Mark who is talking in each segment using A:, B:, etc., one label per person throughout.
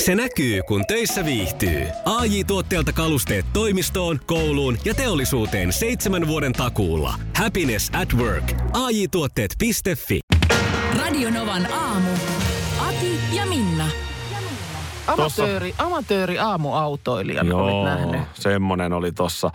A: Se näkyy, kun töissä viihtyy. ai tuotteelta kalusteet toimistoon, kouluun ja teollisuuteen seitsemän vuoden takuulla. Happiness at work. ai tuotteetfi
B: Radionovan aamu. Ati ja Minna.
C: Amatööri, amatööri aamuautoilija, olet nähnyt.
D: semmonen oli tossa.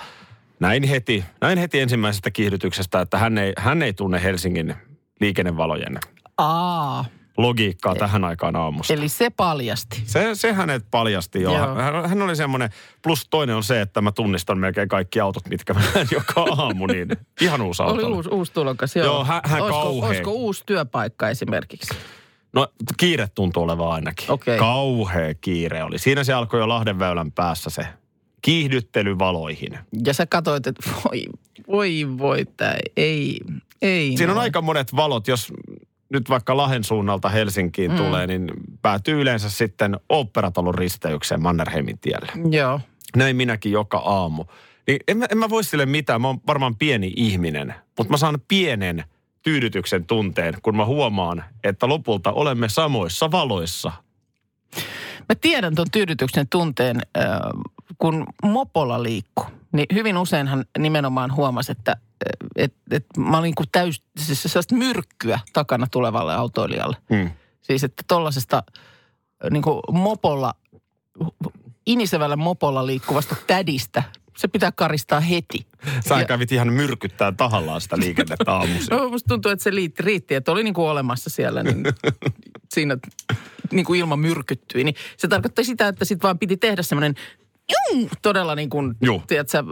D: Näin heti, näin heti ensimmäisestä kiihdytyksestä, että hän ei, hän ei tunne Helsingin liikennevalojen
C: Aa,
D: logiikkaa tähän aikaan aamusta.
C: eli se paljasti.
D: Se, se hänet paljasti jo.
C: Joo.
D: Hän, hän oli semmoinen, plus toinen on se, että mä tunnistan melkein kaikki autot, mitkä mä näen joka aamu, niin ihan uusi auto.
C: Oli uusi, uusi tulokas, joo.
D: Joo, hän- hän
C: olisiko,
D: kauhea.
C: olisiko uusi työpaikka esimerkiksi?
D: No kiire tuntuu olevan ainakin.
C: Okei.
D: Kauhea kiire oli. Siinä se alkoi jo Lahden väylän päässä se kiihdyttely valoihin.
C: Ja sä katsoit, että voi, voi, voi, tää ei, ei.
D: Siinä on
C: noin.
D: aika monet valot, jos nyt vaikka Lahden suunnalta Helsinkiin mm. tulee, niin päätyy yleensä sitten Oopperatalon risteykseen Mannerheimin tielle.
C: Joo,
D: Näin minäkin joka aamu. Niin en, mä, en mä voi sille mitään, mä oon varmaan pieni ihminen, mutta mä saan pienen tyydytyksen tunteen, kun mä huomaan, että lopulta olemme samoissa valoissa.
C: Mä tiedän tuon tyydytyksen tunteen, äh, kun mopolla liikkuu. Niin hyvin useinhan nimenomaan huomasi, että äh, et, et mä olin kuin täys, siis sellaista myrkkyä takana tulevalle autoilijalle.
D: Hmm.
C: Siis että tollasesta niin kuin mopolla, inisevällä mopolla liikkuvasta tädistä, se pitää karistaa heti.
D: Sä
C: Ja-
D: kävit ihan myrkyttää tahallaan sitä liikennettä aamuisin.
C: No, musta tuntuu, että se liitti, riitti, että oli niinku olemassa siellä, niin siinä niinku ilma myrkyttyi. Niin se tarkoitti sitä, että sit vaan piti tehdä semmoinen juu, todella niin kuin,
D: Juu.
C: tiedätkö,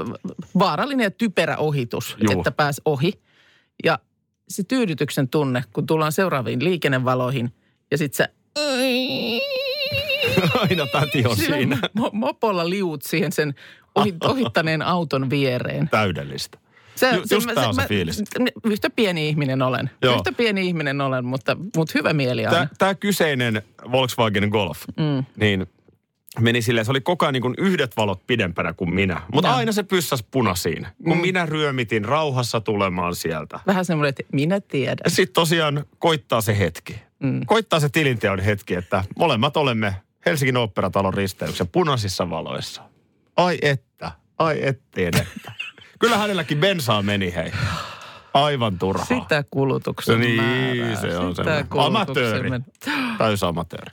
C: vaarallinen ja typerä ohitus,
D: Juu.
C: että pääs ohi. Ja se tyydytyksen tunne, kun tullaan seuraaviin liikennevaloihin ja sit sä
D: Aina täti on
C: sillä
D: siinä.
C: mo- mopolla liut siihen sen ohi, ohittaneen auton viereen.
D: Täydellistä.
C: Se,
D: Ju- just tää on se fiilis.
C: n- Yhtä pieni ihminen olen.
D: Joo.
C: Joo. Yhtä pieni ihminen olen, mutta, mutta hyvä mieli aina.
D: Tämä, tämä kyseinen Volkswagen Golf, mm. niin meni silleen, se oli koko ajan niin kuin yhdet valot pidempänä kuin minä. Mutta
C: Joo.
D: aina se pyssäs punaisiin, kun minä ryömitin rauhassa tulemaan sieltä.
C: Vähän semmoinen, että minä tiedän.
D: Sitten tosiaan koittaa se hetki. Mm. Koittaa se tilinteon hetki, että molemmat olemme Helsingin oopperatalon risteyksen punaisissa valoissa. Ai että, ai ettien että. Kyllä hänelläkin bensaa meni hei. Aivan turhaa.
C: Sitä
D: No
C: kulutuksen
D: niin,
C: määrää.
D: se on
C: Sitä
D: se.
C: kulutuksen
D: Amatööri.
C: mä-
D: Täysamatööri.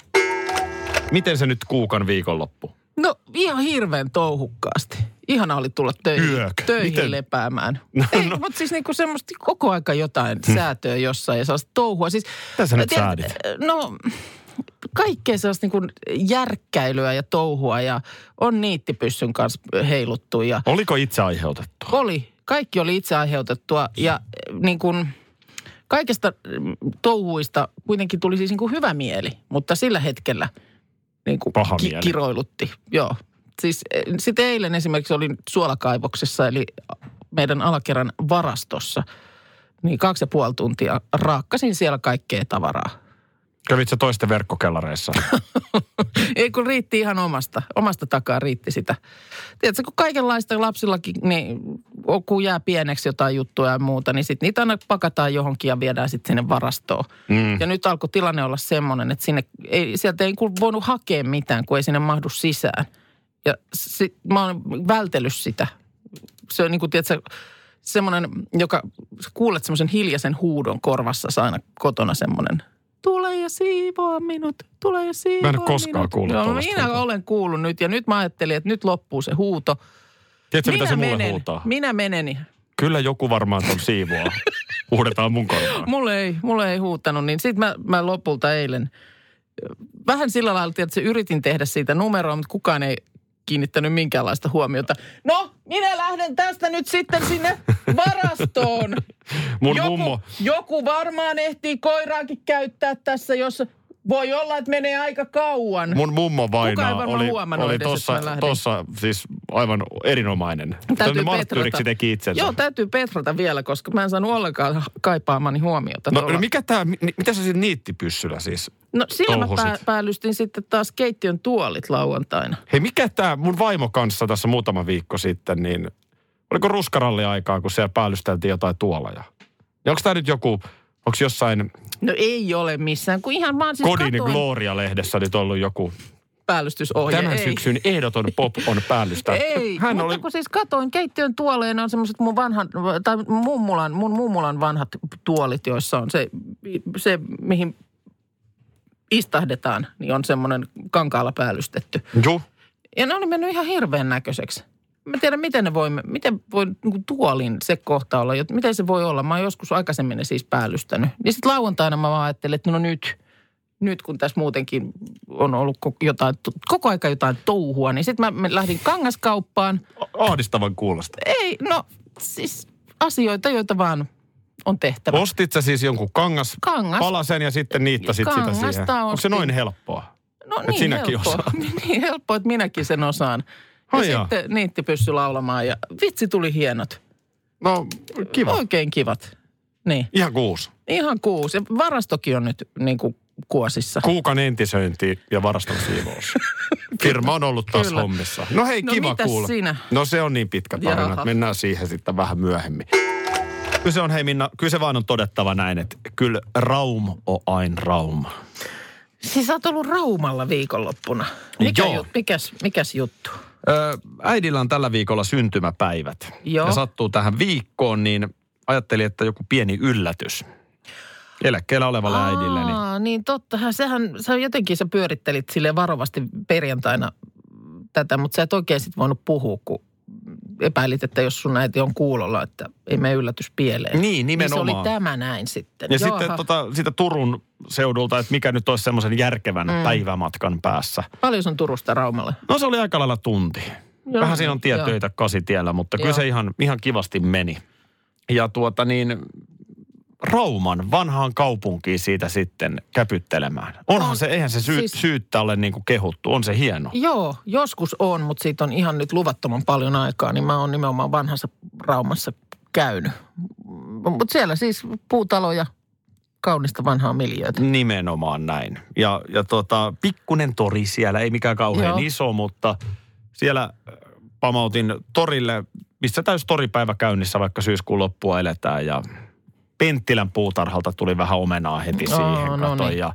D: Miten se nyt kuukan viikonloppu?
C: No ihan hirveän touhukkaasti. Ihana oli tulla töihin,
D: Yök.
C: töihin
D: Miten?
C: lepäämään. No, Ei, no. mutta siis niinku semmoista koko aika jotain säätöä jossain ja sellaista touhua. Siis,
D: Hmm. Mitä sä nyt
C: tiedät,
D: säädit?
C: No kaikkea sellaista niinku järkkäilyä ja touhua ja on niittipyssyn kanssa heiluttu ja
D: Oliko itse aiheutettu?
C: oli. Kaikki oli itse aiheutettua ja äh, niin kuin kaikesta mm, touhuista kuitenkin tuli siis niin kuin hyvä mieli, mutta sillä hetkellä niin kuin
D: Paha mieli.
C: kiroilutti. Joo. Siis sitten eilen esimerkiksi olin suolakaivoksessa eli meidän alakerran varastossa. Niin kaksi ja puoli tuntia raakkasin siellä kaikkea tavaraa.
D: Kävit sä toisten verkkokellareissa?
C: Ei kun riitti ihan omasta. Omasta takaa riitti sitä. Tiedätkö, kun kaikenlaista lapsillakin, niin kun jää pieneksi jotain juttuja ja muuta, niin sitten niitä aina pakataan johonkin ja viedään sitten sinne varastoon. Mm. Ja nyt alkoi tilanne olla semmoinen, että sinne ei, sieltä ei kun voinut hakea mitään, kun ei sinne mahdu sisään. Ja sit, mä oon vältellyt sitä. Se on niin kuin, tiedätkö, semmoinen, joka, sä kuulet semmoisen hiljaisen huudon korvassa aina kotona semmoinen. Tule ja siivoa minut, tule ja siivoa
D: en ole koskaan
C: minut.
D: kuullut
C: Joo,
D: tollaista
C: minä
D: huutoa.
C: olen kuullut nyt ja nyt mä ajattelin, että nyt loppuu se huuto.
D: Tiedätkö,
C: minä
D: mitä se mulle
C: menen,
D: huutaa?
C: Minä menen.
D: Kyllä joku varmaan ton siivoaa. Huudetaan mun korvaan.
C: Mulle ei, mulle ei huutanut, niin sitten mä, mä lopulta eilen vähän sillä lailla, että yritin tehdä siitä numeroa, mutta kukaan ei kiinnittänyt minkäänlaista huomiota. No, minä lähden tästä nyt sitten sinne varastoon.
D: Mun
C: joku,
D: mummo,
C: joku varmaan ehtii koiraakin käyttää tässä, jos voi olla, että menee aika kauan.
D: mun mummo vainaa
C: varmaan
D: oli,
C: huomannut
D: oli
C: edes,
D: tossa,
C: että mä lähdin.
D: tossa siis aivan erinomainen. Tämmönen marttyyriksi teki itsensä.
C: Joo, täytyy petrata vielä, koska mä en saanut ollenkaan kaipaamani huomiota.
D: no,
C: tuolla.
D: no mikä tää, mi, mitä sä sit niittipyssyllä siis?
C: No sillä mä
D: touhusit?
C: pää, päällystin sitten taas keittiön tuolit lauantaina.
D: Hei, mikä tämä mun vaimo kanssa tässä muutama viikko sitten, niin oliko ruskaralli aikaa, kun siellä päällysteltiin jotain tuoleja? Ja onko tämä nyt joku, onko jossain
C: No ei ole missään, kun ihan vaan siis
D: Kodin
C: katoin.
D: Gloria-lehdessä nyt ollut joku
C: päällystysohje.
D: Tämän
C: ei.
D: syksyn ehdoton pop on päällystä.
C: Ei,
D: Hän
C: mutta
D: oli
C: kun siis katoin keittiön tuoleen, on semmoiset mun vanhan, tai mummulan, mun mummulan vanhat tuolit, joissa on se, se mihin istahdetaan, niin on semmoinen kankaalla päällystetty.
D: Juh.
C: Ja ne oli mennyt ihan hirveän näköiseksi. Mä tiedän, miten ne voi, miten voi niin kuin tuolin se kohta olla, jot- miten se voi olla. Mä oon joskus aikaisemmin ne siis päällystänyt. Niin sitten lauantaina mä vaan ajattelin, että no nyt, nyt kun tässä muutenkin on ollut koko, jotain, koko aika jotain touhua, niin sitten mä, mä lähdin kangaskauppaan.
D: ahdistavan kuulosta.
C: Ei, no siis asioita, joita vaan on tehtävä.
D: Ostit sä siis jonkun kangas,
C: Kangas.
D: palasen ja sitten niittasit sitä
C: Kangasta
D: siihen.
C: ostin.
D: Onko se noin helppoa?
C: No
D: Et
C: niin
D: sinäkin
C: helppo.
D: osaat.
C: niin helppo, että minäkin sen osaan. Ja
D: Ai jaa.
C: sitten niitti pystyi laulamaan ja vitsi tuli hienot.
D: No kiva.
C: Oikein kivat. Niin,
D: Ihan kuusi.
C: ihan kuusi. Ja varastokin on nyt niin kuin kuosissa.
D: Kuukan entisöinti ja varaston siivous. Firma on ollut taas
C: Kyllä.
D: hommissa. No hei,
C: No
D: kiva
C: mitäs
D: kuulla.
C: sinä?
D: No se on niin pitkä tarina,
C: Jaha.
D: että mennään siihen sitten vähän myöhemmin. Kyse on, hei Minna, kyse vaan on todettava näin, että kyllä raum on ain raum.
C: Siis sä oot ollut Raumalla viikonloppuna. Mikä
D: Joo.
C: Ju, mikäs, mikäs juttu?
D: Ö, äidillä on tällä viikolla syntymäpäivät.
C: Joo.
D: Ja sattuu tähän viikkoon, niin ajattelin, että joku pieni yllätys eläkkeellä olevalle Aa. äidille. Niin.
C: Aa, niin tottahan. Sehän, sä jotenkin sä pyörittelit sille varovasti perjantaina tätä, mutta sä et oikein sit voinut puhua, kun epäilit, että jos sun äiti on kuulolla, että ei mene yllätys pieleen.
D: Niin, nimenomaan.
C: Niin se oli tämä näin sitten.
D: Ja
C: Jaaha.
D: sitten tota, siitä Turun seudulta, että mikä nyt olisi semmoisen järkevän mm. päivämatkan päässä.
C: Paljon sun Turusta Raumalle?
D: No se oli aika lailla tunti. Joo,
C: Joo,
D: Vähän siinä on
C: joo.
D: tietöitä kasitiellä, mutta kyllä
C: Joo.
D: se ihan, ihan kivasti meni. Ja tuota niin, Rauman vanhaan kaupunkiin siitä sitten käpyttelemään. Onhan
C: On,
D: se, eihän se syy, siis...
C: siis-
D: syyttä ole niin kuin kehuttu, on se hieno.
C: Joo, joskus on, mutta siitä on ihan nyt luvattoman paljon aikaa, niin mä oon nimenomaan vanhassa Raumassa käynyt. Mutta siellä siis puutaloja, kaunista vanhaa miljöötä.
D: Nimenomaan näin. Ja, ja tota, pikkunen tori siellä, ei mikään kauhean Joo.
C: Joo.
D: iso, mutta siellä äh, pamautin torille, missä täys toripäivä käynnissä, vaikka syyskuun loppua eletään. Ja Penttilän puutarhalta tuli vähän omenaa heti
C: Aa,
D: siihen,
C: no
D: katoin.
C: niin.
D: Ja,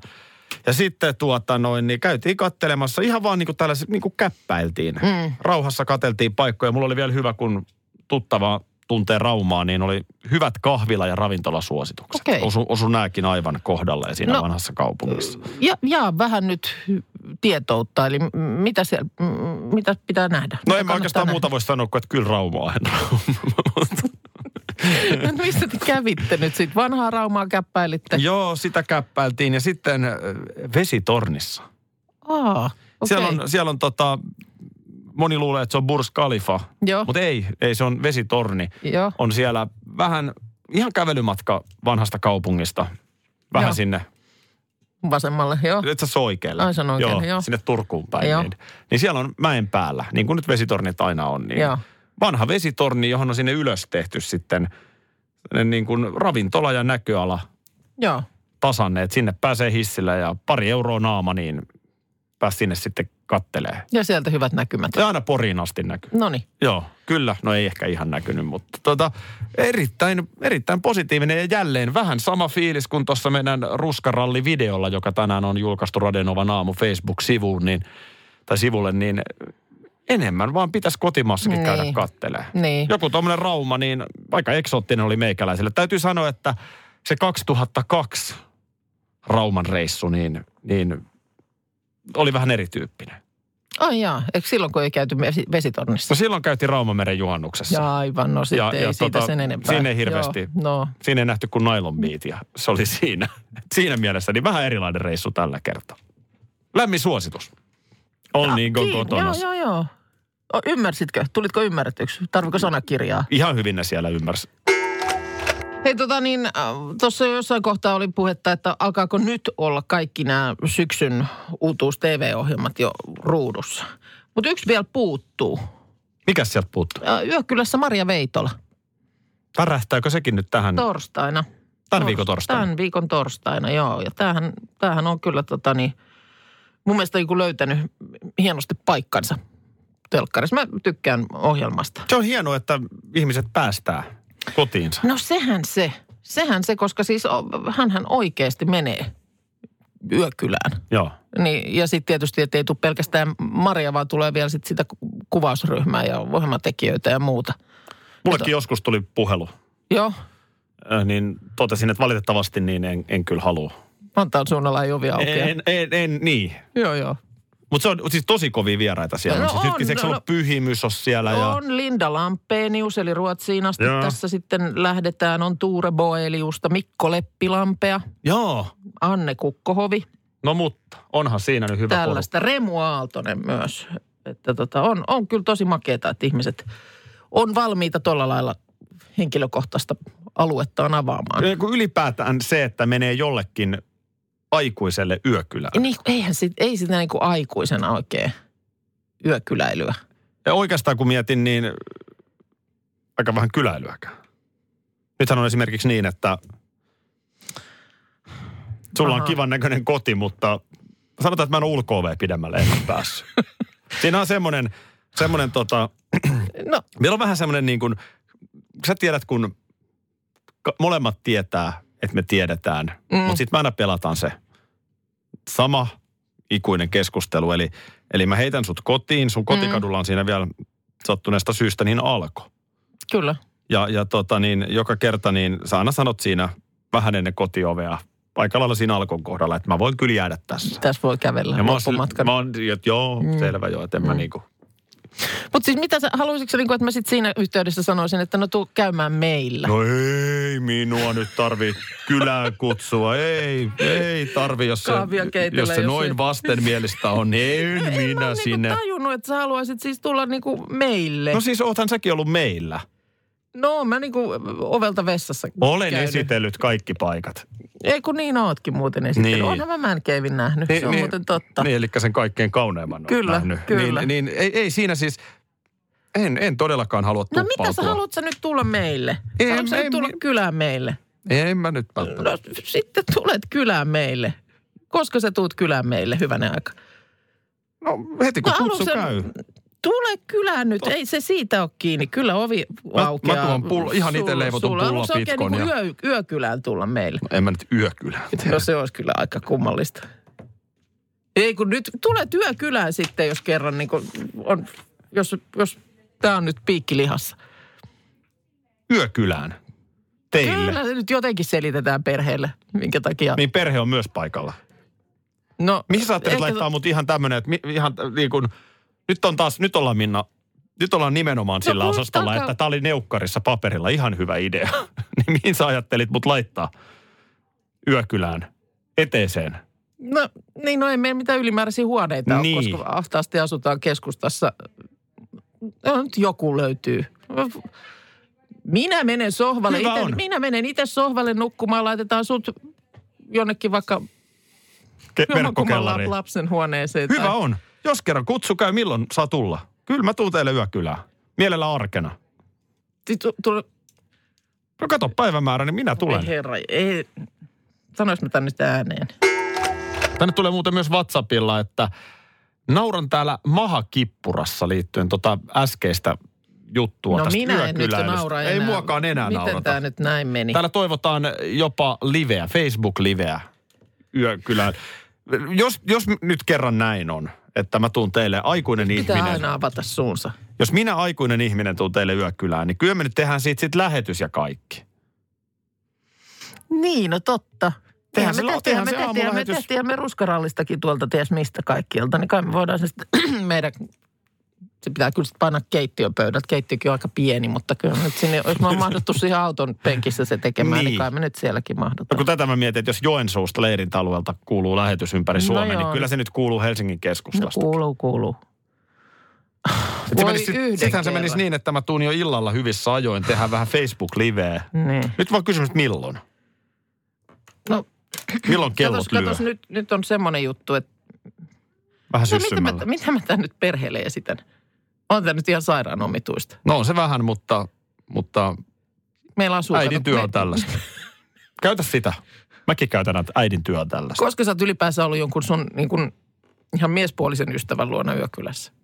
D: ja sitten tuota noin, niin käytiin kattelemassa, ihan vaan niin kuin tällaiset, niin kuin käppäiltiin. Mm. Rauhassa kateltiin paikkoja. Mulla oli vielä hyvä, kun tuttava tuntee Raumaa, niin oli hyvät kahvila- ja ravintolasuositukset.
C: Okei.
D: Osu, osu nämäkin aivan kohdalle siinä no.
C: No.
D: vanhassa kaupungissa.
C: Ja, jaa, vähän nyt hy- tietoutta, eli m- mitä, siellä, m- mitä pitää nähdä?
D: No
C: Mitä
D: en mä
C: kannattaa
D: oikeastaan
C: nähdä?
D: muuta voi sanoa kuin, että kyllä Rauma on
C: No Missä te kävitte nyt sitten? Vanhaa Raumaa käppäilitte?
D: Joo, sitä käppäiltiin ja sitten äh, vesitornissa.
C: Aa,
D: Okay.
C: okei.
D: Siellä on, siellä on tota, moni luulee, että se on Burj Khalifa,
C: Joo.
D: mutta ei, ei, se on vesitorni.
C: Joo.
D: On siellä vähän, ihan kävelymatka vanhasta kaupungista, vähän
C: Joo.
D: sinne
C: Vasemmalle, joo.
D: itse asiassa oikealle.
C: Ai, se on oikealle,
D: joo,
C: joo.
D: Sinne Turkuun päin.
C: Joo.
D: Niin, niin siellä on mäen päällä, niin kuin nyt vesitornit aina on. Niin
C: Joo.
D: Vanha vesitorni, johon on sinne ylös tehty sitten sellainen niin kuin ravintola ja näköala
C: Joo.
D: tasanne. Että sinne pääsee hissillä ja pari euroa naama, niin pääs sinne sitten kattelee.
C: Ja sieltä hyvät näkymät.
D: Ja aina poriin asti näkyy.
C: No niin.
D: Joo, kyllä. No ei ehkä ihan näkynyt, mutta tota, erittäin, erittäin positiivinen ja jälleen vähän sama fiilis kuin tuossa meidän ruskarallivideolla, joka tänään on julkaistu Radenovan aamu Facebook-sivuun, niin, tai sivulle, niin enemmän vaan pitäisi kotimaassakin käydä
C: Niin.
D: kattelee.
C: Niin.
D: Joku tuommoinen rauma, niin aika eksoottinen oli meikäläiselle. Täytyy sanoa, että se 2002 Rauman reissu, niin, niin oli vähän erityyppinen.
C: Ai jaa, eikö silloin kun ei käyty vesi- vesitornissa?
D: No silloin käytiin Raumameren juhannuksessa.
C: Ja aivan, no sitten
D: Ja-
C: ja, ei
D: ja
C: ja siitä
D: tota,
C: tota, sen enempää.
D: siinä ei hirveästi-
C: Joo, no,
D: Siinä ei nähty kuin nylon meat ja se oli siinä. Et siinä mielessä niin vähän erilainen reissu tällä kertaa. Lämmin suositus. On niin kuin
C: Kiin-
D: kotona.
C: Joo, joo, joo. O, ymmärsitkö? Tulitko ymmärretyksi? Tarviko sanakirjaa?
D: Ihan hyvin ne siellä ymmärsi.
C: Hei tota niin, äh, tuossa jossain kohtaa oli puhetta, että alkaako nyt olla kaikki nämä syksyn uutuus TV-ohjelmat jo ruudussa. Mutta yksi vielä puuttuu.
D: Mikäs sieltä puuttuu?
C: Äh, Yökylässä Maria Veitola
D: Mm. Värähtääkö sekin nyt tähän
C: torstaina.
D: tämän viikon torstaina?
C: Tämän No, viikon torstaina, joo. Ja tämähän, tämähän on kyllä tota niin, mun mielestä joku löytänyt hienosti paikkansa telkkarissa. Mä tykkään ohjelmasta.
D: Se on hienoa, että ihmiset päästää kotiinsa.
C: No sehän se, sehän se, koska siis o- hänhän oikeasti menee yökylään.
D: Joo.
C: Niin, ja sitten tietysti, että ei tule pelkästään Maria, vaan tulee vielä sit sitä ku- kuvausryhmää ja ohjelmatekijöitä ja muuta.
D: Mullekin joskus tuli puhelu,
C: Joo,
D: äh, niin totesin, että valitettavasti niin en, en kyllä halua.
C: Vantaan suunnalla ei ole vielä auki.
D: En, en, en, niin.
C: Joo, joo.
D: Mutta se on siis tosi kovia vieraita siellä.
C: No
D: siis
C: on,
D: nytkin, eikö se
C: no-
D: ollut pyhimys on siellä? Ja...
C: On Linda Lampenius, eli Ruotsiin asti
D: Joo.
C: tässä sitten lähdetään. On Tuure Boeliusta, Mikko Leppilampea,
D: Joo.
C: Anne Kukkohovi.
D: No mutta, onhan siinä nyt hyvä porukka.
C: tällaista. Remu Aaltonen myös. Että tota, on, on kyllä tosi makeeta, että ihmiset on valmiita tuolla lailla henkilökohtaista aluettaan avaamaan.
D: Ei, Kun ylipäätään se, että menee jollekin aikuiselle yökylään.
C: Niin, eihän sit, ei sitä niin kuin aikuisena oikein yökyläilyä.
D: Ja oikeastaan kun mietin, niin aika vähän kyläilyäkään. Nythän on esimerkiksi niin, että sulla on
C: Aha.
D: kivan näköinen koti, mutta sanotaan, että mä en ole ulko pidemmälle enää päässyt. Siinä on semmoinen, semmoinen tota,
C: No,
D: meillä on vähän semmoinen niin kuin, sä tiedät kun ka- molemmat tietää, että me tiedetään, mm. mutta sitten me aina pelataan se sama ikuinen keskustelu. Eli, eli mä heitän sut kotiin,
C: Mm.
D: sun kotikadulla on siinä vielä sattuneesta syystä niin alko.
C: kyllä.
D: Ja, ja tota niin, joka kerta niin sä aina sanot siinä vähän ennen kotiovea, aika lailla siinä alkon kohdalla, että mä voin kyllä jäädä tässä.
C: Tässä voi kävellä
D: Ja mä oon,
C: loppumatkan.
D: mä oon, että joo, mm. selvä joo, että en mm. mä niinku.
C: Mutta siis mitä sä, haluaisitko sä, niinku, että mä sit siinä yhteydessä sanoisin, että no tuu käymään meillä?
D: No ei minua nyt tarvi kylään kutsua. Ei, ei tarvi, jos se,
C: Kahvia keitellä,
D: jos se
C: jos
D: noin
C: ei-
D: vastenmielistä on. niin En, en
C: en mä
D: minä
C: oon
D: sinne.
C: Niinku tajunnut, että sä haluaisit siis tulla niinku meille.
D: No siis oothan säkin ollut meillä.
C: No, mä niinku ovelta vessassa
D: Olen
C: käynyt.
D: esitellyt kaikki paikat.
C: Ei kun niin ootkin muuten esitellyt.
D: Niin.
C: Niin. Onhan mä Mancavin nähnyt, niin, se on niin, muuten totta. Niin.
D: Niin, eli sen kaikkein kauneimman olet
C: Kyllä,
D: nähnyt.
C: kyllä.
D: Niin, niin ei, ei siinä siis, en, en todellakaan halua
C: No
D: tuppautua.
C: mitä sä haluat sä nyt tulla meille?
D: Ei,
C: Ei, Haluatko sä
D: ei,
C: nyt tulla
D: mi-
C: kylään meille?
D: En mä nyt välttämättä.
C: No sitten tulet kylään meille. Koska sä tuut kylään meille, hyvänä aika.
D: No heti kun
C: No,
D: kutsu
C: haluatko sä-
D: käy.
C: Tule kylään nyt, ei se siitä ole kiinni. Kyllä ovi
D: Mä-
C: aukeaa.
D: mä tuon pull- ihan ite
C: Sul-
D: leivotun
C: sulla- haluatko sä oikein
D: pullapitkon
C: Niinku yö, yökylään tulla meille.
D: No, En mä nyt yökylään.
C: No se olisi kyllä aika kummallista. Ei kun nyt tulee työkylään sitten, jos kerran niin kun on, jos, jos tämä on nyt piikkilihassa.
D: Yökylään. Teille.
C: Kyllä se nyt jotenkin selitetään perheelle, minkä takia.
D: Niin perhe on myös paikalla.
C: No,
D: Mihin sä ajattelet
C: ehkä-
D: laittaa mut ihan tämmönen, että mi, ihan t- niin kun, nyt on taas, nyt ollaan Minna, nyt ollaan nimenomaan sillä
C: kun
D: osastolla,
C: taka-
D: että tää oli neukkarissa paperilla ihan hyvä idea. niin mihin sä ajattelit mut laittaa yökylään, eteeseen?
C: No niin, no ei meillä mitään ylimääräisiä huoneita niin.
D: Niin.
C: ole, koska ahtaasti asutaan keskustassa. No, nyt joku löytyy. Minä menen sohvalle.
D: Hyvä
C: Ite,
D: on.
C: minä menen itse sohvalle nukkumaan. Laitetaan sut jonnekin vaikka
D: Ke-
C: jommankumman
D: verkkokellariin.
C: lap- lapsen huoneeseen.
D: Hyvä on. Jos kerran kutsu käy, milloin saa tulla? Kyllä mä tuun teille yökylään. Mielellä arkena.
C: Sit tu- tu-
D: No kato päivämäärä, niin minä tulen.
C: Ei herra, ei. Sanois mä tän nyt ääneen. No
D: Tänne tulee muuten myös WhatsAppilla, että nauran täällä mahakippurassa liittyen tota äskeistä juttua
C: no
D: tästä
C: minä en nyt
D: yökyläilystä.
C: naura enää.
D: Ei muakaan enää
C: Miten
D: naurata.
C: tää nyt näin meni?
D: Täällä toivotaan jopa liveä, Facebook-liveä yökylään. Jos, jos nyt kerran näin on, että mä tuun teille aikuinen
C: Pitää
D: ihminen.
C: aina avata suunsa.
D: Jos minä aikuinen ihminen tuun teille yökylään, niin kyllä me nyt tehdään siitä sit lähetys ja kaikki.
C: Niin, no totta. Eihän
D: Tehän se
C: me
D: la-
C: tehtiin,
D: tehän
C: me
D: se
C: tehtiin, me
D: aamulähetys.
C: tehtiin, me ruskarallistakin tuolta ties mistä kaikkialta, niin kai me voidaan se sitten meidän, se pitää kyllä sitten painaa keittiöpöydältä. Keittiökin on aika pieni, mutta kyllä me nyt sinne, jos me on mahduttu siihen auton penkissä se tekemään, niin,
D: Niin.
C: niin kai me nyt sielläkin
D: No
C: mahdutaan.
D: kun tätä mä mietin, että jos Joensuusta leirintäalueelta kuuluu lähetys ympäri
C: No
D: Suomen, niin
C: joo.
D: kyllä se nyt kuuluu Helsingin keskustasta.
C: No kuuluu, kuuluu.
D: Se
C: Voi
D: menisi, sit-
C: yhden
D: sittenhän se menisi
C: kerran.
D: niin, että mä tuun jo illalla hyvissä ajoin, tehdään vähän Facebook-liveä.
C: Niin.
D: Nyt vaan kysymys, että milloin?
C: No,
D: Milloin kellot
C: katos,
D: lyö?
C: katos nyt, nyt on semmoinen juttu, että
D: Vähän
C: no, mitä, mä,
D: syssymällä.
C: mitä mä tämän nyt perheelle esitän? On tämä nyt ihan sairaan omituista.
D: No on se vähän, mutta, mutta
C: Meillä asuu...
D: äidin
C: kato,
D: työ
C: me-
D: on tällaista. Käytä sitä. Mäkin käytän, että äidin työ on tällaista.
C: Koska sä oot ylipäänsä ollut jonkun sun niin kun, ihan miespuolisen ystävän luona yökylässä?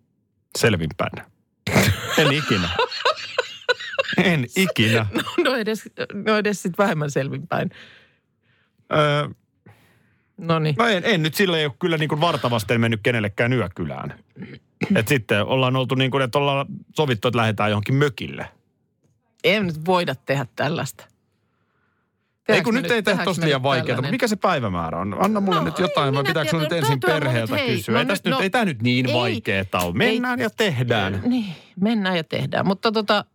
D: Selvinpäin. En ikinä. En ikinä.
C: No edes, no edes sit vähemmän selvinpäin.
D: Öö,
C: No niin.
D: No en, en nyt sillä ei ole kyllä niin kuin vartavasti mennyt kenellekään yökylään. Et sitten ollaan oltu niin kuin, että ollaan sovittu, että lähdetään johonkin mökille.
C: En nyt voida tehdä tällaista.
D: Ei
C: Tehdäänkö
D: kun
C: me
D: nyt ei tehdä
C: tehdäänkö
D: tosta
C: me
D: liian
C: nyt
D: vaikeaa, mutta
C: tällainen?
D: mikä se päivämäärä on? Anna mulle
C: No,
D: nyt
C: ei
D: jotain, vai
C: minä
D: pitääkö sun nyt
C: tiedä.
D: ensin
C: Täytyyhän mun nyt-
D: perheeltä
C: hei,
D: kysyä?
C: no
D: ei,
C: nyt-
D: tästä nyt,
C: no-
D: ei tää nyt niin
C: ei.
D: vaikeeta ole. Mennään ja tehdään.
C: Niin, mennään ja tehdään. Mutta tota,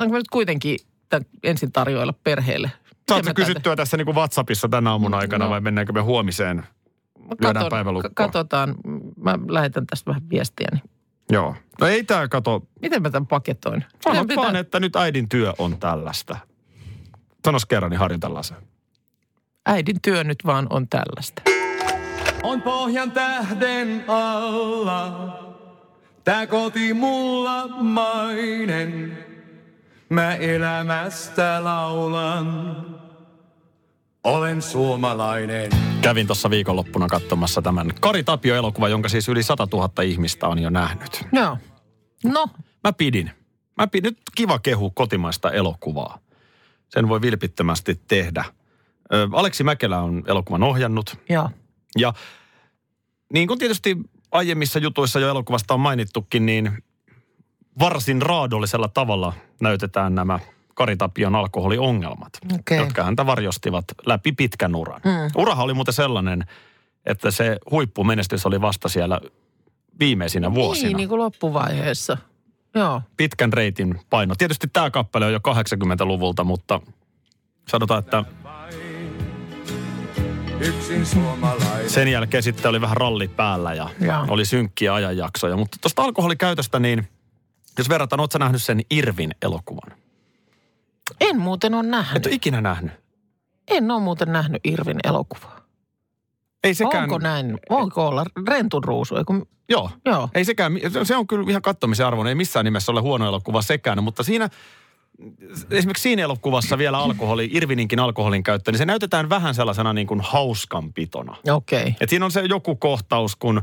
C: onko me nyt kuitenkin tämän ensin tarjoilla perheelle? Miten
D: Saatko
C: me
D: kysyttyä tässä niin kuin WhatsAppissa tämän aamun aikana
C: No.
D: vai mennäänkö me huomiseen?
C: täältä-
D: lyödään
C: Katon-
D: päivälukkoon?
C: ka- Katsotaan. Mä lähetän tästä vähän viestiä. Niin.
D: Joo. No ei tää kato.
C: Miten mä tämän paketoin?
D: Sano
C: Miten pitää-
D: vaan, että nyt äidin työ on tällaista. Sanos kerran, niin harjoitellaan se.
C: Äidin työ nyt vaan on tällaista.
E: on pohjan tähden alla. Tää koti mulla mainen, mä elämästä laulan. Olen suomalainen.
D: Kävin tuossa viikonloppuna katsomassa tämän Kari Tapio-elokuva, jonka siis yli 100 000 ihmistä on jo nähnyt.
C: No. No,
D: Mä pidin. Mä pidin. Nyt kiva kehu kotimaista elokuvaa. Sen voi vilpittömästi tehdä. Ö, Aleksi Mäkelä on elokuvan ohjannut.
C: joo.
D: Ja niin kuin tietysti aiemmissa jutuissa jo elokuvasta on mainittukin, niin varsin raadollisella tavalla näytetään nämä Kari Tapion alkoholiongelmat,
C: Okei.
D: jotka häntä varjostivat läpi pitkän uran. Mm. Uraha oli muuten sellainen, että se huippumenestys oli vasta siellä viimeisinä vuosina.
C: Niin, niin kuin loppuvaiheessa. Joo.
D: Pitkän reitin paino. Tietysti tämä kappale on jo 80-luvulta, mutta sanotaan, että
E: Yksin suomalainen.
D: Sen jälkeen sitten oli vähän ralli päällä ja,
C: Joo.
D: oli synkkiä ajanjaksoja. Mutta tuosta alkoholikäytöstä niin, jos verrataan, ootko sä nähnyt sen Irvin elokuvan?
C: En muuten ole
D: Et
C: nähnyt.
D: ole ikinä nähnyt.
C: En ole muuten nähnyt Irvin elokuvaa.
D: Ei sekään...
C: Onko näin? Voiko olla rentun ruusu? Ei kun-
D: Joo.
C: Joo.
D: Ei sekään, se on kyllä ihan kattomisen arvoinen. Ei missään nimessä ole huono elokuva sekään, mutta siinä, esimerkiksi siinä elokuvassa vielä alkoholi, Irvininkin alkoholin käyttö, niin se näytetään vähän sellaisena niin kuin hauskanpitona.
C: Okei. Okay.
D: Et siinä on se joku kohtaus, kun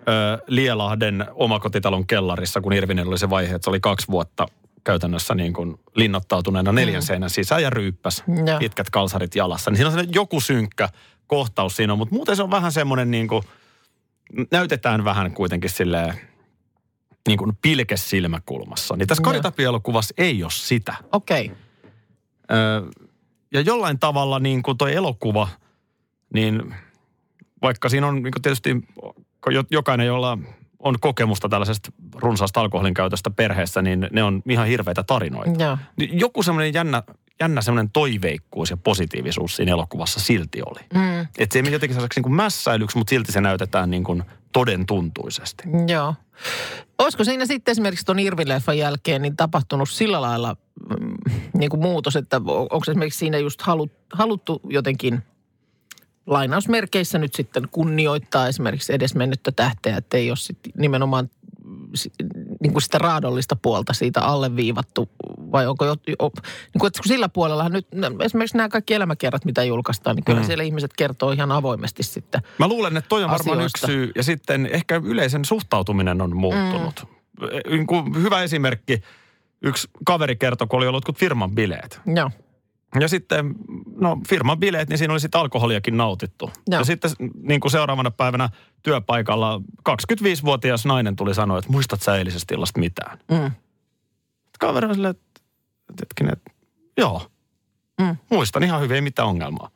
D: ö, Lielahden omakotitalon kellarissa, kun Irvinen oli se vaihe, että se oli kaksi vuotta käytännössä niin kuin linnoittautuneena neljän seinän sisään ja ryyppäs
C: Mm. Joo.
D: pitkät kalsarit jalassa. Niin siinä on sellainen joku synkkä kohtaus siinä, on, mutta muuten se on vähän semmoinen niin kuin, näytetään vähän kuitenkin silleen niin kuin pilke silmäkulmassa. Niin tässä
C: Joo.
D: Karitapio-elokuvassa ei ole sitä.
C: Okei. Okay.
D: Ö, ja jollain tavalla niin kuin toi elokuva, niin vaikka siinä on niin kuin tietysti jo- jokainen, jolla on kokemusta tällaisesta runsaasta alkoholin käytöstä perheessä, niin ne on ihan hirveitä tarinoita.
C: Joo.
D: Niin Joku semmoinen jännä, jännä semmoinen toiveikkuus ja positiivisuus siinä elokuvassa silti oli.
C: Mm,
D: Että se ei mene jotenkin sellaiseksi niin kuin mässäilyksi, mutta silti se näytetään niin kuin todentuntuisesti.
C: joo. Olisiko siinä sitten esimerkiksi tuon Irvin-leffan jälkeen niin tapahtunut sillä lailla mm, niin kuin muutos, että o- onko esimerkiksi siinä just halu, haluttu jotenkin lainausmerkeissä nyt sitten kunnioittaa esimerkiksi edesmennyttä tähteä, että ei ole sitten nimenomaan mm, si- niin kuin sitä raadollista puolta siitä alleviivattu, vai onko jo, jo niin kuin, että kun sillä puolellahan nyt no, esimerkiksi nämä kaikki elämäkerrat, mitä julkaistaan, niin kyllä mm. siellä ihmiset kertoo ihan avoimesti sitten
D: Mä luulen, että toi on varmaan
C: asioista.
D: yksi syy. Ja sitten ehkä yleisen suhtautuminen on muuttunut. Mm. Niin kuin hyvä esimerkki. Yksi kaveri kertoi, kun oli ollut jotkut firman bileet.
C: Joo,
D: Ja sitten, no firman bileet, niin siinä oli sitten alkoholiakin nautittu.
C: Joo.
D: Ja sitten niin kuin seuraavana päivänä työpaikalla 25-vuotias nainen tuli sanoa, että muistat sä eilisestä illasta mitään?
C: Mm.
D: Kaveri oli silleen, että että hetkinen, että joo,
C: Mm.
D: muistan ihan hyvin, ei mitään ongelmaa.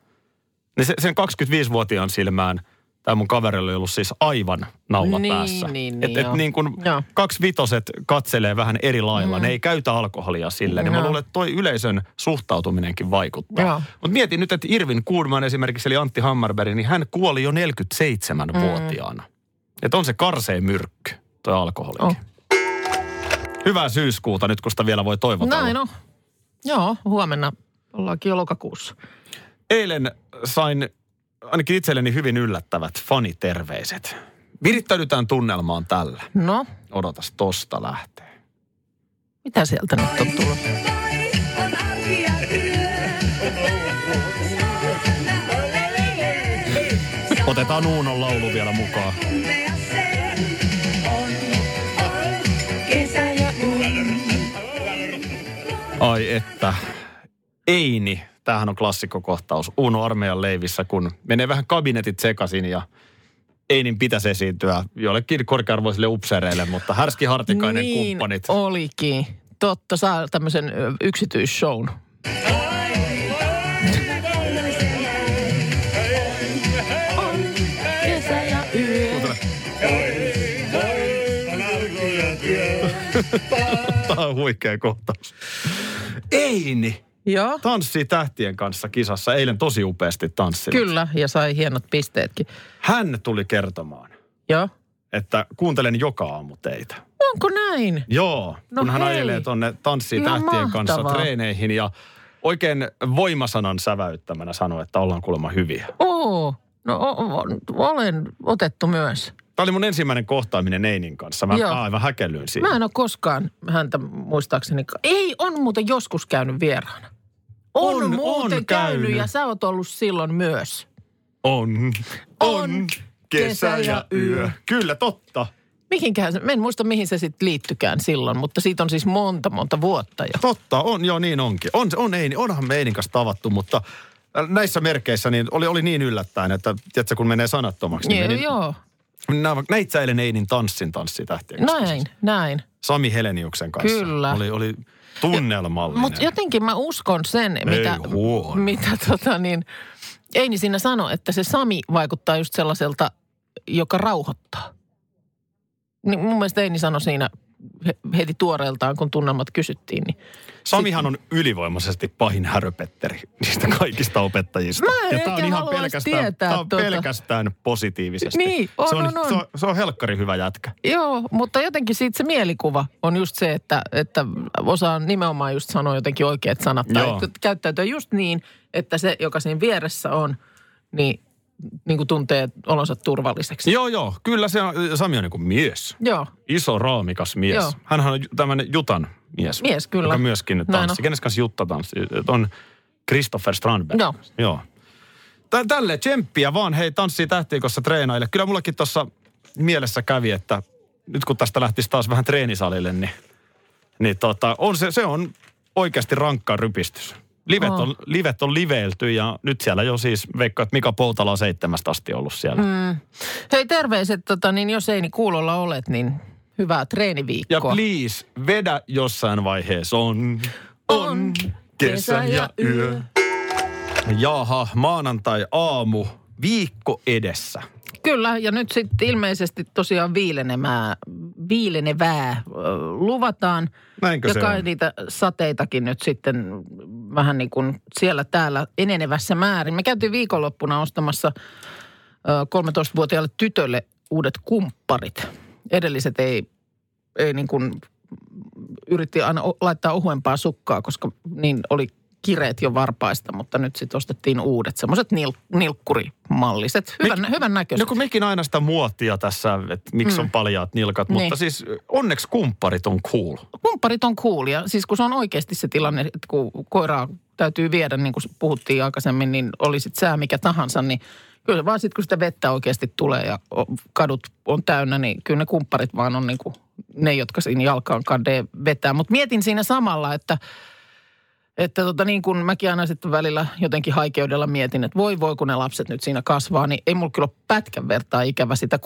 D: Niin se, sen 25-vuotiaan silmään tämä mun kaveri oli ollut siis aivan naula
C: Niin,
D: päässä.
C: niin,
D: et,
C: niin,
D: et
C: joo.
D: niin kun
C: Joo.
D: kaksi vitoset katselee vähän eri lailla, mm. ne ei käytä alkoholia sille. Niin mä
C: Joo.
D: luulen, että toi yleisön suhtautuminenkin vaikuttaa.
C: Joo.
D: Mutta mietin nyt, että Irvin Kuudman esimerkiksi, eli Antti Hammarberg, niin hän kuoli jo 47-vuotiaana.
C: Mm.
D: Että on se karsee myrkky, toi alkoholikin.
C: On.
D: Hyvää syyskuuta nyt, kun sitä vielä voi toivotella.
C: näin on. Joo, huomenna ollaankin jo lokakuussa.
D: Eilen sain ainakin itselleni hyvin yllättävät faniterveiset. Virittäydytään tunnelmaan tällä.
C: No,
D: Odotas, tosta lähtee.
C: mitä sieltä nyt on tullut?
D: Otetaan Uunon laulu vielä mukaan. Ai että. Eini tämähän on klassikkokohtaus Uno armeijan leivissä, kun menee vähän kabinetit sekaisin ja ei niin pitäisi esiintyä joillekin korkearvoisille upseereille, mutta härski hartikainen
C: niin
D: kumppanit.
C: olikin. Totta, saa tämmöisen ö, yksityisshown.
D: Tämä on huikea kohtaus. Ei niin.
C: Joo,
D: Tanssii tähtien kanssa kisassa. Eilen tosi upeasti tanssi.
C: kyllä, ja sai hienot pisteetkin.
D: Hän tuli kertomaan,
C: Joo.
D: että kuuntelen joka aamu teitä.
C: Onko näin?
D: Joo,
C: No
D: no kun hän
C: hei.
D: ajelee tonne tanssii
C: Ihan
D: tähtien kanssa
C: mahtavaa.
D: treeneihin ja oikein voimasanan säväyttämänä sanoi, että ollaan kuulemma hyviä.
C: Oo, no o- o- olen otettu myös.
D: Tämä oli mun ensimmäinen kohtaaminen Neinin kanssa. Mä
C: Joo.
D: Joo. aivan häkellyin siitä.
C: Mä en ole koskaan häntä muistaakseni. Ei, on muuten joskus käynyt vieraana. On,
D: On,
C: muuten
D: on
C: käynyt.
D: käynyt.
C: ja sä oot ollut silloin myös.
D: On,
C: On.
D: on, kesä ja yö. Kyllä, totta.
C: Mihinkään, se- mä en muista mihin se sitten liittykään silloin, mutta siitä on siis monta monta vuotta jo.
D: Totta, on, joo niin onkin. On, on Eini, onhan me Einin kanssa tavattu, mutta äh, näissä merkeissä niin oli, oli niin yllättäen, että tiedätkö, kun menee sanattomaksi.
C: Niin,
D: Niin meni,
C: joo,
D: Nää, näit sä eilen Einin tanssin tanssi tähtien kanssa?
C: No näin, näin.
D: Sami Heleniuksen kanssa.
C: Kyllä.
D: Oli, oli tunnelmallinen.
C: Mutta jotenkin mä uskon sen, mitä,
D: huono.
C: mitä tota niin, Eini siinä sano, että se Sami vaikuttaa just sellaiselta, joka rauhoittaa. Niin mun mielestä Eini sanoi siinä he- heti tuoreeltaan, kun tunnelmat kysyttiin. Niin.
D: Samihan on ylivoimaisesti pahin häröpetteri niistä kaikista opettajista.
C: Mä en
D: ja tää on
C: ehkä
D: ihan
C: haluaisi
D: pelkästään,
C: tietää
D: tää on
C: tuota.
D: pelkästään positiivisesti.
C: Niin, on,
D: se on,
C: on, on.
D: Se on, se on helkkari hyvä jätkä.
C: Joo, mutta jotenkin siitä se mielikuva on just se, että, että osaa nimenomaan just sanoa jotenkin oikeat sanat. Tai
D: Joo.
C: että käyttäytyä just niin, että se, joka siinä vieressä on, niin, niin kuin tuntee olonsa turvalliseksi.
D: Joo, joo. Kyllä se on, Sami on niin kuin mies.
C: Joo.
D: Iso raamikas mies.
C: Joo.
D: Joo. Hänhän on tämmöinen Jutan mies.
C: Mies, kyllä.
D: Joka myöskin
C: Näin
D: tanssi.
C: on.
D: Kenes kanssa Jutta tanssi? On Christopher Strandberg.
C: Joo.
D: Joo. Tä- Tälle tsemppiä vaan, hei tanssii tähtiikossa treenaille. Kyllä mullakin tuossa mielessä kävi, että nyt kun tästä lähtisi taas vähän treenisalille, niin, niin tota, on se, se on oikeasti rankka rypistys. Livet on, livet on liveilty ja nyt siellä jo siis, veikkaa, että Mika Poutala on seitsemästä asti ollut siellä. Mm.
C: Hei terveiset, tota, niin jos ei niin kuulolla olet, niin hyvää
D: Ja
C: treeniviikkoa.
D: please, vedä jossain vaiheessa. On,
C: On kesä ja yö.
D: Jaha, maanantai aamu, viikko edessä. No
C: Kyllä, ja nyt sitten ilmeisesti tosiaan viilenemää, viilenevää ö, luvataan.
D: Näinkö
C: ja
D: se
C: kai
D: on?
C: niitä sateitakin nyt sitten vähän niin kuin siellä täällä enenevässä määrin. Me käytiin viikonloppuna ostamassa ö, 13-vuotiaalle tytölle uudet kumpparit. Edelliset ei, ei niin kuin yritti aina o- laittaa ohuempaa sukkaa, koska niin oli kireet jo varpaista, mutta nyt sitten ostettiin uudet semmoiset nil- nilkkurimalliset. Hyvän,
D: Mik-
C: hyvän näköiset.
D: No kun mekin aina sitä muotia tässä, että miksi on paljaat nilkat, mutta
C: Mm. Niin.
D: siis onneksi kumpparit on cool.
C: kumpparit on coolia. Siis kun se on oikeasti se tilanne, että kun koiraa täytyy viedä, niin kuin puhuttiin aikaisemmin, niin olisit sää mikä tahansa, niin kyllä vaan sitten kun sitä vettä oikeasti tulee ja o- kadut on täynnä, niin kyllä ne kumpparit vaan on niin kuin ne, jotka siinä jalkaan kadee vetää. Mutta mietin siinä samalla, että että tota niin kuin mäkin aina sitten välillä jotenkin haikeudella mietin, että voi voi kun ne lapset nyt siinä kasvaa, niin ei mulla kyllä ole pätkän vertaa ikävä sitä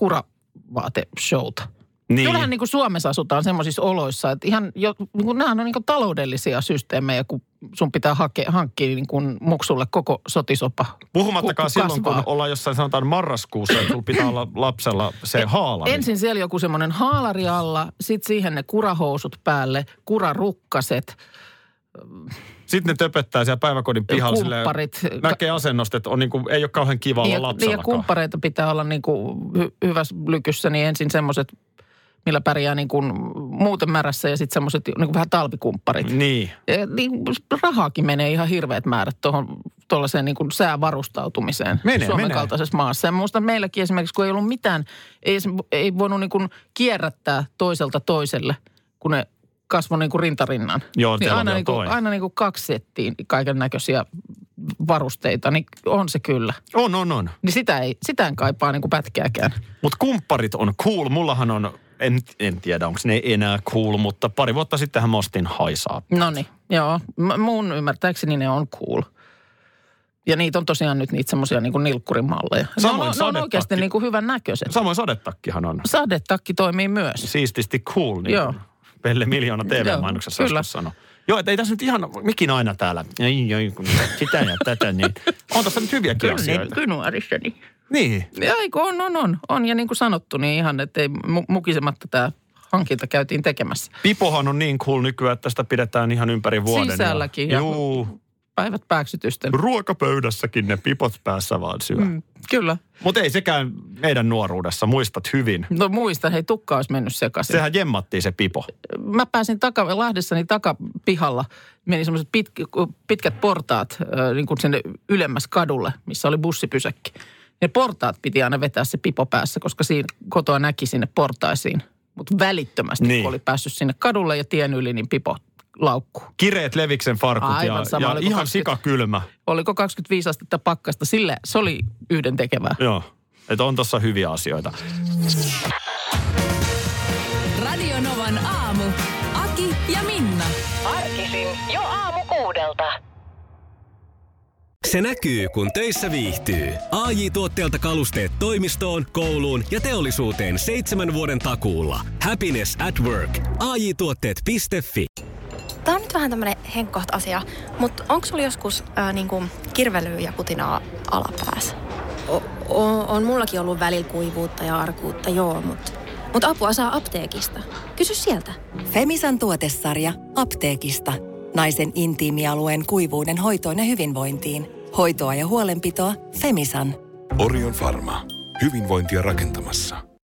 C: kuravaateshowta. Niin. Kyllähän niin kuin Suomessa asutaan semmoisissa oloissa, että ihan jo, niin kuin, nämähän on niin kuin taloudellisia systeemejä, kun sun pitää hake, hankkia niin kuin muksulle koko sotisopa.
D: Puhumattakaan
C: ku-
D: silloin, kun
C: kasvaa.
D: ollaan jossain sanotaan marraskuussa, että sulla pitää olla lapsella se haala.
C: Ensin siellä joku semmoinen haalari alla, sitten siihen ne kurahousut päälle, kurarukkaset,
D: Sitten ne töpöttää siellä päiväkodin pihalla. silleen,
C: kumpparit.
D: Näkee asennosta, että on niin kuin, ei ole kauhean kiva
C: Niin
D: olla
C: ja, niin ja
D: lapsellakaan.
C: kumppareita pitää olla niin kuin hy, hyvässä lykyssä, niin ensin semmoiset, millä pärjää niin kuin muuten märässä ja sitten semmoiset niin kuin vähän talvikumpparit.
D: Niin.
C: Ja niin, rahaakin menee ihan hirveät määrät tuohon tuollaiseen niin kuin säävarustautumiseen
D: Menee,
C: Suomen
D: menee.
C: kaltaisessa maassa. Ja muista meilläkin esimerkiksi, kun ei ollut mitään, ei, esim- ei voinut niin kuin kierrättää toiselta toiselle, kun ne kasvoi niin kuin rintarinnan.
D: Joo,
C: niin
D: teillä on
C: aina,
D: vielä
C: niin kuin,
D: toi.
C: aina niin kuin kaksi settiin kaiken näköisiä varusteita, niin on se kyllä.
D: On, on, on.
C: Niin sitä, ei, sitä en kaipaa niin kuin pätkääkään.
D: Mutta kumpparit on cool. Mullahan on, en, en tiedä onko ne enää cool, mutta pari vuotta sittenhän mä ostin haisaa.
C: No niin, joo. M- mun ymmärtääkseni ne on cool. Ja niitä on tosiaan nyt niitä semmoisia niin kuin nilkkurimalleja. Ne on,
D: Samoin
C: ne on
D: sadetakki.
C: oikeasti niin kuin hyvän näköiset.
D: Samoin sadetakkihan on.
C: Sadetakki toimii myös.
D: Siististi cool, niin
C: Joo.
D: Joo. Pelle Miljoona TV-mainoksessa
C: Joo, kyllä.
D: joskus sanoi. Joo, että ei tässä nyt ihan, mikin aina täällä, ei, ei, kun sitä ja tätä, niin on tässä nyt hyviäkin asioita.
C: kyllä niin nuorissani.
D: Niin,
C: Ei kun on, on, on, on. Ja niin kuin sanottu, niin ihan, että ei mu- mukisematta tämä hankinta käytiin tekemässä.
D: Pipohan on niin cool nykyään, että sitä pidetään ihan ympäri vuoden.
C: Sisälläkin,
D: Ja,
C: ja-
D: juu,
C: Päivät pääksytysten.
D: ruokapöydässäkin ne pipot päässä vaan syö. Mm.
C: Mm, kyllä.
D: Mutta ei sekään meidän nuoruudessa, muistat hyvin.
C: No muista, hei tukka olisi mennyt sekaisin.
D: Sehän jemmattiin se pipo.
C: mä pääsin taka, Lahdessani takapihalla, meni semmoiset pit, pitkät portaat ö, niin kuin sinne ylemmäs kadulle, missä oli bussipysäkki. Ne portaat piti aina vetää se pipo päässä, koska siinä kotoa näki sinne portaisiin. Mutta välittömästi,
D: Niin.
C: niin. kun oli päässyt sinne kadulle ja tien yli, niin pipo laukku.
D: Kireet Leviksen farkut
C: Aivan
D: ja,
C: sama,
D: ja
C: oliko
D: ihan
C: 20?
D: sikakylmä.
C: Oliko 25 astetta pakkasta? Sille se oli yhden tekevää.
D: Joo, että on tossa hyviä asioita.
B: Radio Novan aamu. Aki ja Minna.
F: Arkisin jo aamu kuudelta.
A: Se näkyy, kun töissä viihtyy. ai tuotteelta kalusteet toimistoon, kouluun ja teollisuuteen seitsemän vuoden takuulla. Happiness at work. AJ Tuotteet.fi
G: Tämä on nyt vähän tämmöinen henkkoht asia, mutta onko sulla joskus ää, niinku, kirvelyä ja putinaa alapäässä?
H: O- o- on mullakin ollut välillä kuivuutta ja arkuutta, joo, mutta mut apua saa apteekista. Kysy sieltä.
I: Femisan tuotesarja apteekista. Naisen intiimialueen kuivuuden hoitoon ja hyvinvointiin. Hoitoa ja huolenpitoa Femisan.
J: Orion Pharma. Hyvinvointia rakentamassa.